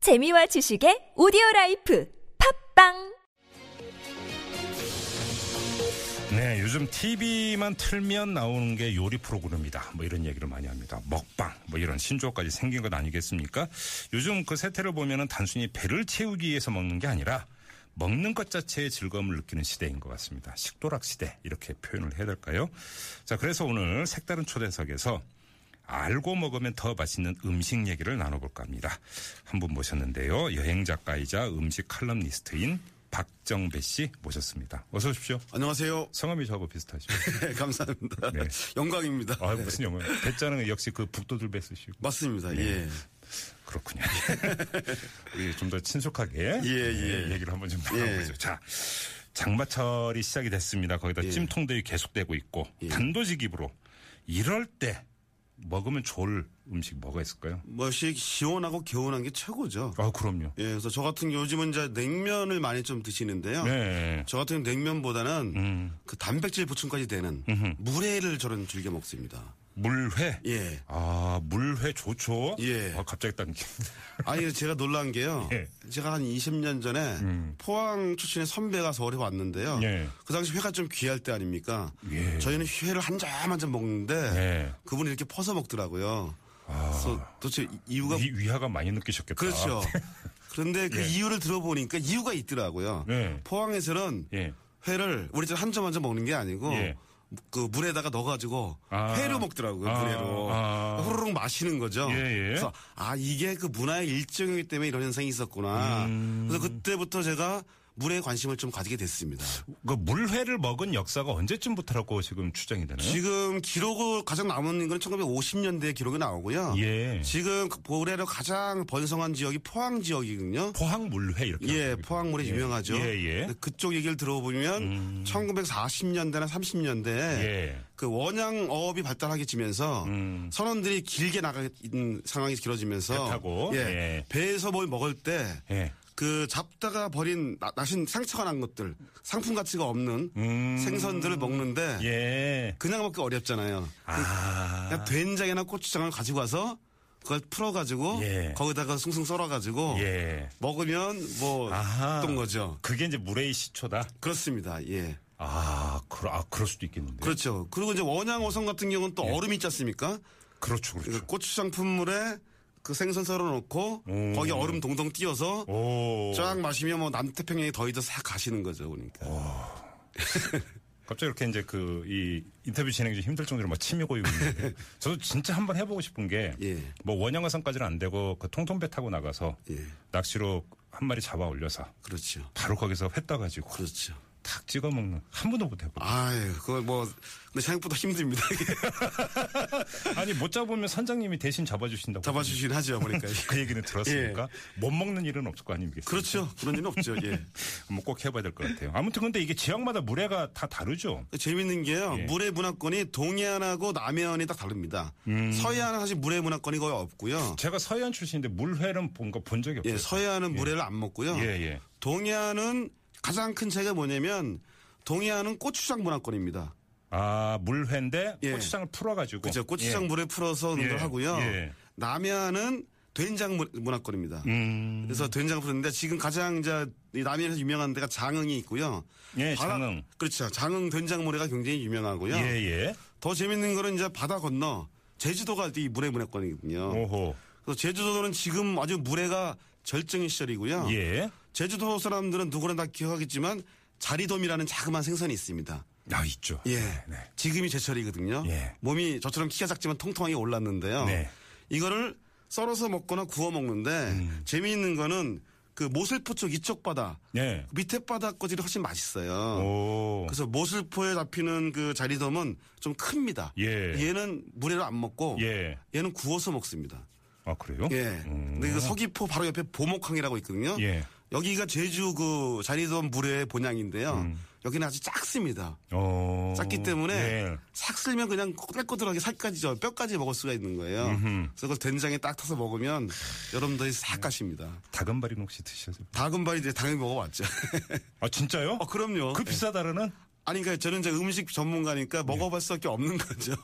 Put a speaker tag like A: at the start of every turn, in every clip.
A: 재미와 지식의 오디오 라이프 팝빵!
B: 네, 요즘 TV만 틀면 나오는 게 요리 프로그램이다. 뭐 이런 얘기를 많이 합니다. 먹방, 뭐 이런 신조어까지 생긴 것 아니겠습니까? 요즘 그 세태를 보면은 단순히 배를 채우기 위해서 먹는 게 아니라 먹는 것 자체의 즐거움을 느끼는 시대인 것 같습니다. 식도락 시대 이렇게 표현을 해야 될까요? 자, 그래서 오늘 색다른 초대석에서 알고 먹으면 더 맛있는 음식 얘기를 나눠볼까 합니다. 한 분 모셨는데요. 여행 작가이자 음식 칼럼니스트인 박정배 씨 모셨습니다. 어서 오십시오.
C: 안녕하세요.
B: 성함이 저하고 비슷하시죠?
C: 네, 감사합니다.
B: 네.
C: 영광입니다.
B: 아, 무슨 영어예요? 배짜는 역시 그 북도들 배쓰시고.
C: 맞습니다.
B: 네.
C: 예.
B: 그렇군요. 우리 좀 더 친숙하게
C: 예, 예.
B: 예, 얘기를 한번 좀 나눠보죠. 자, 장마철이 시작이 됐습니다. 거기다
C: 예.
B: 찜통대회 계속되고 있고 단도직입으로 이럴 때 먹으면 좋을 음식 뭐가 있을까요?
C: 뭐씩 시원하고 개운한 게 최고죠.
B: 아, 그럼요.
C: 예, 그래서 저 같은 경우 요즘은 이제 냉면을 많이 좀 드시는데요.
B: 네. 음.
C: 저 같은 경우 냉면보다는 그 단백질 보충까지 되는 물회를 저는 즐겨 먹습니다.
B: 물회.
C: 예.
B: 아, 물회 좋죠.
C: 예.
B: 아, 갑자기 당긴.
C: 아니 제가 놀란 게요.
B: 예. 음.
C: 제가 한 20년 전에 포항 출신의 선배가 서울에 왔는데요.
B: 예.
C: 그 당시 회가 좀 귀할 때 아닙니까?
B: 예.
C: 저희는 회를 한 점 한 점 먹는데
B: 예.
C: 그분이 이렇게 퍼서 먹더라고요. 그래서 도대체 이- 이유가
B: 위, 위화가 많이 느끼셨겠다.
C: 그렇죠. 그런데 그 이유를 들어보니까 이유가 있더라고요.
B: 예.
C: 포항에서는
B: 예.
C: 회를 우리 집 한 점 한 점 먹는 게 아니고
B: 예.
C: 그 물에다가 넣어가지고
B: 아.
C: 회로 먹더라고요.
B: 아.
C: 물회로
B: 아.
C: 호로록 마시는 거죠.
B: 예, 예.
C: 그래서 아 이게 그 문화의 일종이기 때문에 이런 현상이 있었구나.
B: 음.
C: 그래서 그때부터 제가 물에 관심을 좀 가지게 됐습니다.
B: 그 물회를 먹은 역사가 언제쯤부터라고 지금 추정이 되나요?
C: 지금 기록을 가장 남은 건 1950년대 기록이 나오고요.
B: 예.
C: 지금 그 고래로 가장 번성한 지역이 포항 지역이거든요.
B: 포항 물회 이렇게.
C: 예,
B: 하는 거죠.
C: 포항물이 유명하죠.
B: 예, 예. 음.
C: 근데 그쪽 얘기를 들어보면 1940년대나 30년대에
B: 예.
C: 그 원양 어업이 발달하게 지면서 선원들이 길게 나가 있는 상황이 길어지면서
B: 음. 배 타고,
C: 예,
B: 예.
C: 배에서 뭘 먹을 때 그
B: 예.
C: 잡다가 버린 나- 나신 상처가 난 것들 상품 가치가 없는 생선들을 먹는데
B: 음. 예.
C: 그냥 먹기 어렵잖아요.
B: 아.
C: 그냥 된장이나 고추장을 가지고 와서 그걸 풀어가지고
B: 예.
C: 거기다가 숭숭 썰어가지고
B: 예.
C: 먹으면 뭐
B: 아하.
C: 어떤 거죠.
B: 그게 이제 물회의 시초다.
C: 그렇습니다. 예.
B: 아, 그러, 아, 그럴 수도 있겠는데.
C: 그렇죠. 그리고 이제 원양어선 같은 경우는
B: 예.
C: 또 얼음이 있지 않습니까?
B: 그렇죠, 그렇죠.
C: 그 고추장 품물에 그 생선 썰어놓고
B: 오.
C: 거기 얼음 동동 띄워서
B: 그, 오.
C: 쫙 마시면 뭐 남태평양에 더위도 싹 가시는 거죠. 그러니까.
B: 어. 갑자기 이렇게 이제 그 이 인터뷰 진행이 좀 힘들 정도로 막 침이 고이고 있는데 저도 진짜 한번 해보고 싶은 게 뭐
C: 예.
B: 원양어선까지는 안 되고 그 통통배 타고 나가서
C: 예.
B: 낚시로 한 마리 잡아 올려서
C: 그렇죠.
B: 바로 거기서 회 따가지고
C: 그렇죠.
B: 탁 찍어 먹는 한 번도 못 해봤어요.
C: 아유, 그거 뭐, 근데 생각보다 힘듭니다.
B: 아니 못 잡으면 선장님이 대신 잡아주신다고
C: 잡아주시긴 하죠. 보니까. 예.
B: 그 얘기는 들었으니까 못 먹는 일은 없을 거 아닙니까?
C: 그렇죠. 그런 일은 없죠. 예.
B: 한번 꼭 해봐야 될 것 같아요. 아무튼 근데 이게 지역마다 물회가 다 다르죠.
C: 재밌는 게요.
B: 예.
C: 물의 문화권이 동해안하고 남해안이 딱 다릅니다.
B: 음.
C: 서해안은 사실 물의 문화권이 거의 없고요.
B: 제가 서해안 출신인데 물회는 뭔가 본 적이 없어요.
C: 예, 서해안은 물회를 안 먹고요.
B: 그렇죠. 예, 예.
C: 동해안은 가장 큰 차이가 뭐냐면 동해안은 고추장 문화권입니다.
B: 아 물회인데
C: 예.
B: 고추장을 풀어가지고
C: 그죠? 고추장
B: 예.
C: 물에 풀어서
B: 예,
C: 음을 하고요.
B: 예.
C: 남해안은 된장 문- 문화권입니다.
B: 음,
C: 그래서 된장 푸는데 지금 가장 이제 이 남해에서 유명한 데가 장흥이 있고요.
B: 예, 장흥.
C: 그렇죠. 장흥 된장 물회가 굉장히 유명하고요.
B: 예예.
C: 더 재밌는 거는 이제 바다 건너 제주도가 이 물의 문화권이거든요.
B: 오호.
C: 그래서 제주도는 지금 아주 물회가 절정의 시절이고요.
B: 예.
C: 제주도 사람들은 누구나 다 기억하겠지만 자리돔이라는 자그마한 생선이 있습니다.
B: 아 있죠.
C: 예.
B: 네, 네.
C: 지금이 제철이거든요.
B: 예.
C: 몸이 저처럼 키가 작지만 통통하게 올랐는데요.
B: 네.
C: 이거를 썰어서 먹거나 구워 먹는데
B: 음.
C: 재미있는 거는 그 모슬포 쪽 이쪽 바다 그
B: 예.
C: 밑에 바다 거질이 훨씬 맛있어요.
B: 오.
C: 그래서 모슬포에 잡히는 그 자리돔은 좀 큽니다.
B: 예.
C: 얘는 물에를 안 먹고
B: 예.
C: 얘는 구워서 먹습니다.
B: 아 그래요?
C: 예.
B: 음.
C: 근데 그 서귀포 바로 옆에 보목항이라고 있거든요.
B: 예.
C: 여기가 제주 그 자리돔 물의 본향인데요.
B: 음.
C: 여기는 아주 작습니다.
B: 어.
C: 작기 때문에
B: 예.
C: 싹 쓸면 그냥 꼬들꼬들하게 살까지 저 뼈까지 먹을 수가 있는 거예요. 그래서 그걸 된장에 딱 타서 먹으면 여러분들이
B: 음.
C: 싹 가십니다.
B: 다금바리 혹시 드셨어요?
C: 다금발이 이제 당연히 먹어봤죠.
B: 아 진짜요?
C: 어, 그럼요.
B: 그 비싸다르는? 예.
C: 아니, 그러니까 저는 이제 음식 전문가니까 먹어봤을 게 없는 거죠.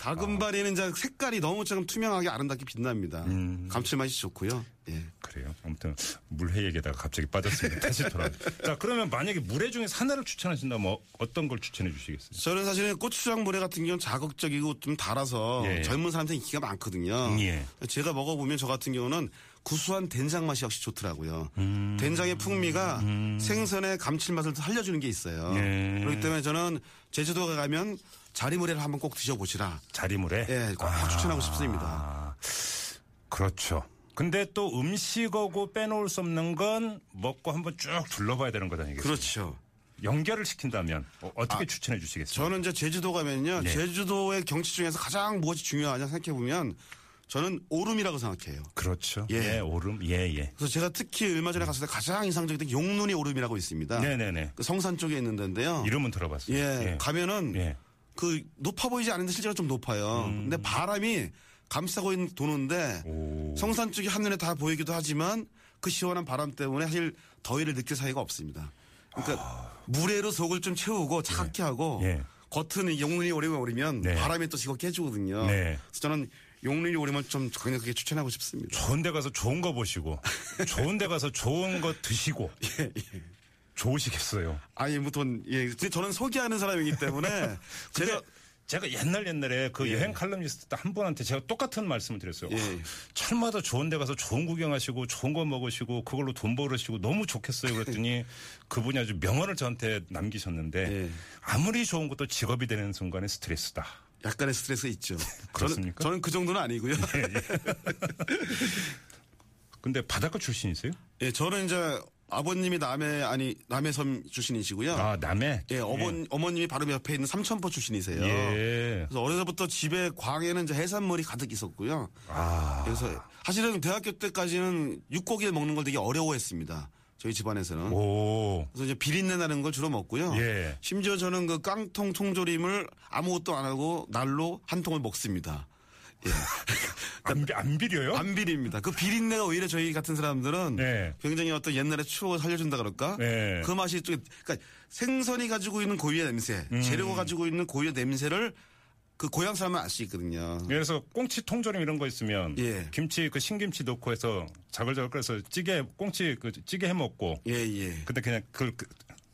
C: 다금바리는 이제 색깔이 너무 좀 투명하게 아름답게 빛납니다.
B: 음.
C: 감칠맛이 좋고요. 예.
B: 그래요. 아무튼 물회 얘기에다가 갑자기 빠졌습니다. 다시 돌아. 자 그러면 만약에 물회 중에 하나를 추천하신다면 어- 어떤 걸 추천해 주시겠어요?
C: 저는 사실은 고추장 물회 같은 경우는 자극적이고 좀 달아서
B: 예.
C: 젊은 사람한테 인기가 많거든요.
B: 예.
C: 제가 먹어보면 저 같은 경우는 구수한 된장 맛이 역시 좋더라고요.
B: 음.
C: 된장의 풍미가 생선의 감칠맛을 살려주는 게 있어요.
B: 예.
C: 그렇기 때문에 저는 제주도에 가면 자리물회를 한번 꼭 드셔보시라.
B: 자리물회.
C: 예, 꼭
B: 아.
C: 추천하고 싶습니다.
B: 그렇죠. 근데 또 음식하고 빼놓을 수 없는 건 먹고 한번 쭉 둘러봐야 되는 것 아니겠어요?
C: 그렇죠. 아,
B: 연결을 시킨다면 어, 떻게 추천해 주시겠어요?
C: 저는 이제 제주도 가면요.
B: 네.
C: 제주도의 경치 중에서 가장 무엇이 중요하냐 생각해보면 저는 오름이라고 생각해요.
B: 그렇죠.
C: 예.
B: 예, 오름. 예, 예.
C: 그래서 제가 특히 얼마 전에 갔을 때 가장 인상적인 게 용눈이 오름이라고 있습니다.
B: 네네네.
C: 그 성산 쪽에 있는 데인데요.
B: 이름은 들어봤어요.
C: 예, 가면은
B: 예. 음.
C: 그 높아 보이지 않은데 실제로 좀 높아요. 근데 바람이 감싸고 있는 도는데
B: 오.
C: 성산 쪽이 한눈에 다 보이기도 하지만 그 시원한 바람 때문에 사실 더위를 느낄 사이가 없습니다. 그러니까 물에로 속을 좀 채우고 차갑게 하고
B: 아. 예.
C: 겉은 용눈이 오래면 오리면
B: 네.
C: 바람이 또 시겁게 해주거든요.
B: 네.
C: 그래서 저는 용눈이 오리면 좀 강력하게 추천하고 싶습니다.
B: 좋은 데 가서 좋은 거 보시고 좋은 데 가서 좋은 거 드시고
C: 예,
B: 좋으시겠어요.
C: 아니 무튼 예 근데 저는 소개하는 사람이기 때문에
B: 제가
C: 제가
B: 제가 옛날 옛날에 그 여행 칼럼니스트 때 한 분한테 제가 똑같은 말씀을 드렸어요.
C: 예.
B: 아, 철마다 좋은 데 가서 좋은 구경하시고 좋은 거 먹으시고 그걸로 돈 벌으시고 너무 좋겠어요. 그랬더니 그분이 아주 명언을 저한테 남기셨는데
C: 예.
B: 아무리 좋은 것도 직업이 되는 순간에 스트레스다.
C: 약간의 스트레스가 있죠.
B: 그렇습니까? 예,
C: 저는, 저는 그 정도는 아니고요.
B: 근데 바닷가 출신이세요?
C: 예, 저는 이제 아버님이 남해 아니 남해섬 출신이시고요.
B: 아, 남해.
C: 예, 어머 어머님이 바로 옆에 있는 삼천포 출신이세요.
B: 예.
C: 그래서 어려서부터 집에 광에는 이제 해산물이 가득 있었고요.
B: 아.
C: 그래서 사실은 대학교 때까지는 육고기를 먹는 걸 되게 어려워했습니다. 저희 집안에서는.
B: 오.
C: 그래서 이제 비린내 나는 걸 주로 먹고요.
B: 예.
C: 심지어 저는 그 깡통 통조림을 아무것도 안 하고 날로 한 통을 먹습니다.
B: 안, 비- 안 비려요?
C: 안 비립니다. 그 비린내가 오히려 저희 같은 사람들은
B: 네.
C: 굉장히 어떤 옛날의 추억을 살려준다 그럴까?
B: 네.
C: 그 맛이 좀, 그러니까 생선이 가지고 있는 고유의 냄새,
B: 음.
C: 재료가 가지고 있는 고유의 냄새를 그 고향 사람은 알 수 있거든요.
B: 그래서 꽁치 통조림 이런 거 있으면
C: 예.
B: 김치 그 신김치 넣고 해서 자글자글 끓여서 찌개 꽁치 그 찌개 해 먹고
C: 예, 예.
B: 근데 그냥 그걸 그,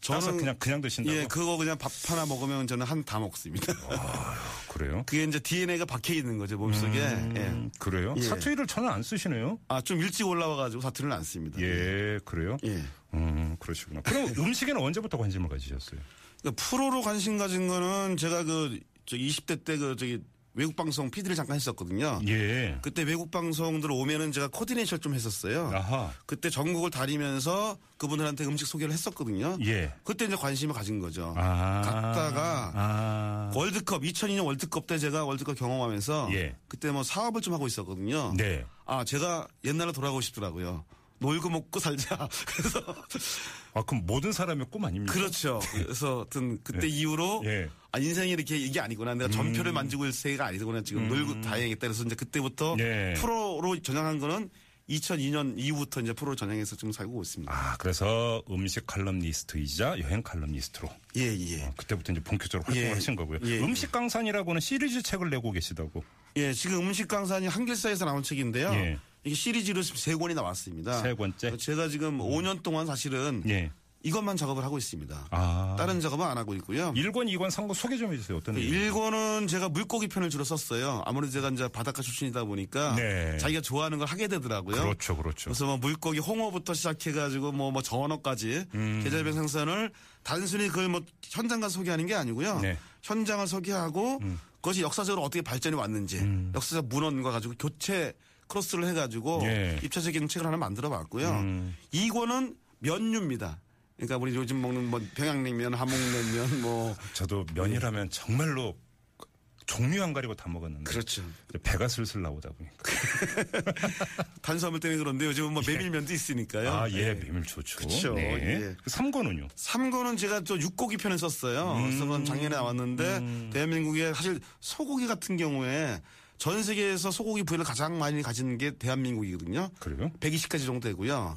B: 따서 그냥 그냥 드신다고
C: 예, 그거 그냥 밥 하나 먹으면 저는 한 다 먹습니다.
B: 그, 래요
C: 그게 이제 DNA가 박혀 있는 거죠, 몸속에.
B: 음.
C: 예.
B: 그래요?
C: 예.
B: 사투리를 전혀 안 쓰시네요.
C: 아, 좀 일찍 올라와가지고 사투리를 안 씁니다.
B: 예, 그래요?
C: 예.
B: 음, 그러시구나. 그럼 음식에는 언제부터 관심을 가지셨어요?
C: 그러니까 프로로 관심 가진 거는 제가 그, 저 20대 때 그, 저기, 외국 방송 PD를 잠깐 했었거든요.
B: 예.
C: 그때 외국 방송들 오면은 제가 코디네이션 좀 했었어요.
B: 아하.
C: 그때 전국을 다니면서 그분들한테 음식 소개를 했었거든요.
B: 예.
C: 그때 이제 관심을 가진 거죠.
B: 아.
C: 갔다가
B: 아.
C: 월드컵 2002년 월드컵 때 제가 월드컵 경험하면서
B: 예.
C: 그때 뭐 사업을 좀 하고 있었거든요.
B: 네.
C: 아 제가 옛날로 돌아가고 싶더라고요. 놀고 먹고 살자. 그래서
B: 아, 그럼 모든 사람의 꿈 아닙니까?
C: 그렇죠. 그래서 하여튼 그때 이후로
B: 음. 예. 음.
C: 아 인생이 이렇게 이게 아니구나. 내가 전표를 만지고 있을 세가 아니구나. 지금 놀고 다행이겠다. 그래서 이제 그때부터
B: 예.
C: 프로로 전향한 거는 2002년 이후부터 이제 프로로 전향해서 지금 살고 있습니다.
B: 아, 그래서 음식 칼럼니스트이자 여행 칼럼니스트로
C: 예, 예.
B: 어, 그때부터 이제 본격적으로 활동을
C: 예.
B: 하신 거고요.
C: 예, 예.
B: 음식 강산이라고는 시리즈 책을 내고 계시다고.
C: 예, 지금 음식 강산이 한길사에서 나온 책인데요.
B: 예.
C: 이게 시리즈로 지금 세 권이 나왔습니다.
B: 세 권째? 음.
C: 제가 지금 5년 동안 사실은
B: 예.
C: 이것만 작업을 하고 있습니다.
B: 아.
C: 다른 작업은 안 하고 있고요.
B: 1권, 2권, 3권 소개 좀 해주세요. 어떤 내용이에요?
C: 그 네, 일권은 제가 물고기 편을 주로 썼어요. 아무래도 제가 이제 바닷가 출신이다 보니까
B: 네.
C: 자기가 좋아하는 걸 하게 되더라고요.
B: 그렇죠, 그렇죠.
C: 그래서 뭐 물고기 홍어부터 시작해가지고 뭐, 뭐 전어까지
B: 음.
C: 계절별 생선을 단순히 그걸 뭐 현장 가서 소개하는 게 아니고요.
B: 네. 음.
C: 현장을 소개하고 그것이 역사적으로 어떻게 발전이 왔는지 역사적 문헌과 가지고 교체 크로스를 해가지고
B: 예. 음.
C: 입체적인 책을 하나 만들어 봤고요. 이 2권은 면류입니다. 그러니까 우리 요즘 먹는 뭐 평양냉면, 함흥냉면 뭐
B: 저도 면이라면 정말로 종류 안 가리고 다 먹었는데.
C: 그렇죠.
B: 이제 배가 슬슬 나오다 보니까.
C: 단수화물 때문에 그런데 요즘은 뭐 메밀면도 있으니까요.
B: 예. 아, 예, 메밀 좋죠. 네.
C: 그쵸, 예.
B: 3권은요?
C: 3권은 제가 또 육고기 편을 썼어요.
B: 음.
C: 그래서 그건 작년에 나왔는데 대한민국에 사실 소고기 같은 경우에 전 세계에서 소고기 부위를 가장 많이 가지는 게 대한민국이거든요.
B: 그래요?
C: 120가지 정도 되고요.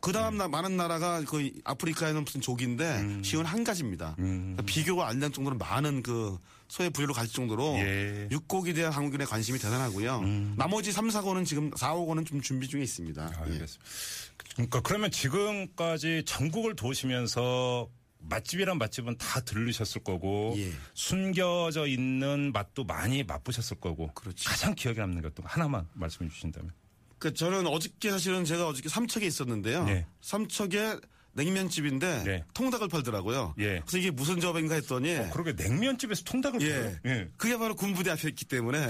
C: 그 다음 나 많은 나라가 거의
B: 음.
C: 아프리카에는 무슨 족인데 쉬운 한 가지입니다. 그러니까 비교가 안 될 정도로 많은 그 소의 부위로 갈 정도로
B: 예. 음.
C: 육고기에 대한 한국인의 관심이 대단하고요. 나머지 3, 4고는 지금 4, 5고는 좀 준비 중에 있습니다. 예.
B: 아, 알겠습니다. 그러니까 그러면 지금까지 전국을 도시면서 맛집이란 맛집은 다 들르셨을 거고
C: 예.
B: 숨겨져 있는 맛도 많이 맛보셨을 거고
C: 그렇지.
B: 가장 기억에 남는 것도 하나만 말씀해 주신다면
C: 그 저는 어저께 사실은 제가 어저께 삼척에 있었는데요.
B: 네.
C: 삼척에 냉면집인데
B: 네.
C: 통닭을 팔더라고요.
B: 예.
C: 그래서 이게 무슨 접인가 했더니
B: 그러게 냉면집에서 통닭을
C: 예.
B: 팔아요? 예.
C: 그게 바로 군부대 앞에 있기 때문에.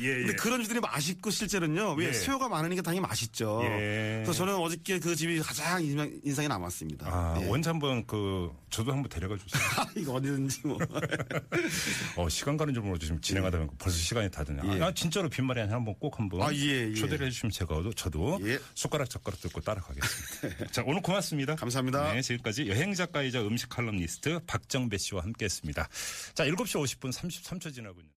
B: 예,
C: 근데 그런 집들이 맛있고 실제는요. 왜
B: 예.
C: 수요가 많으니까 당연히 맛있죠.
B: 예.
C: 그래서 저는 어저께 그 집이 가장 인상- 인상에 남았습니다.
B: 아,
C: 예.
B: 원치 한번 그 저도 한번 데려가 주세요.
C: 이거 어디든지 뭐.
B: 어, 시간 가는 줄 모르고 지금 진행하다 보니까 벌써 시간이 다 되네요.
C: 예.
B: 아, 진짜로 빈말이 아니라 한번 꼭 한번
C: 아, 예, 예.
B: 초대를 해주시면 제가 어도- 저도
C: 예.
B: 숟가락 젓가락 들고 따라가겠습니다. 자, 오늘 고맙습니다.
C: 감사합니다.
B: 네, 지금까지 여행 작가이자 음식 칼럼니스트 박정배 씨와 함께했습니다. 자, 7시 50분 33초 지나고 있는.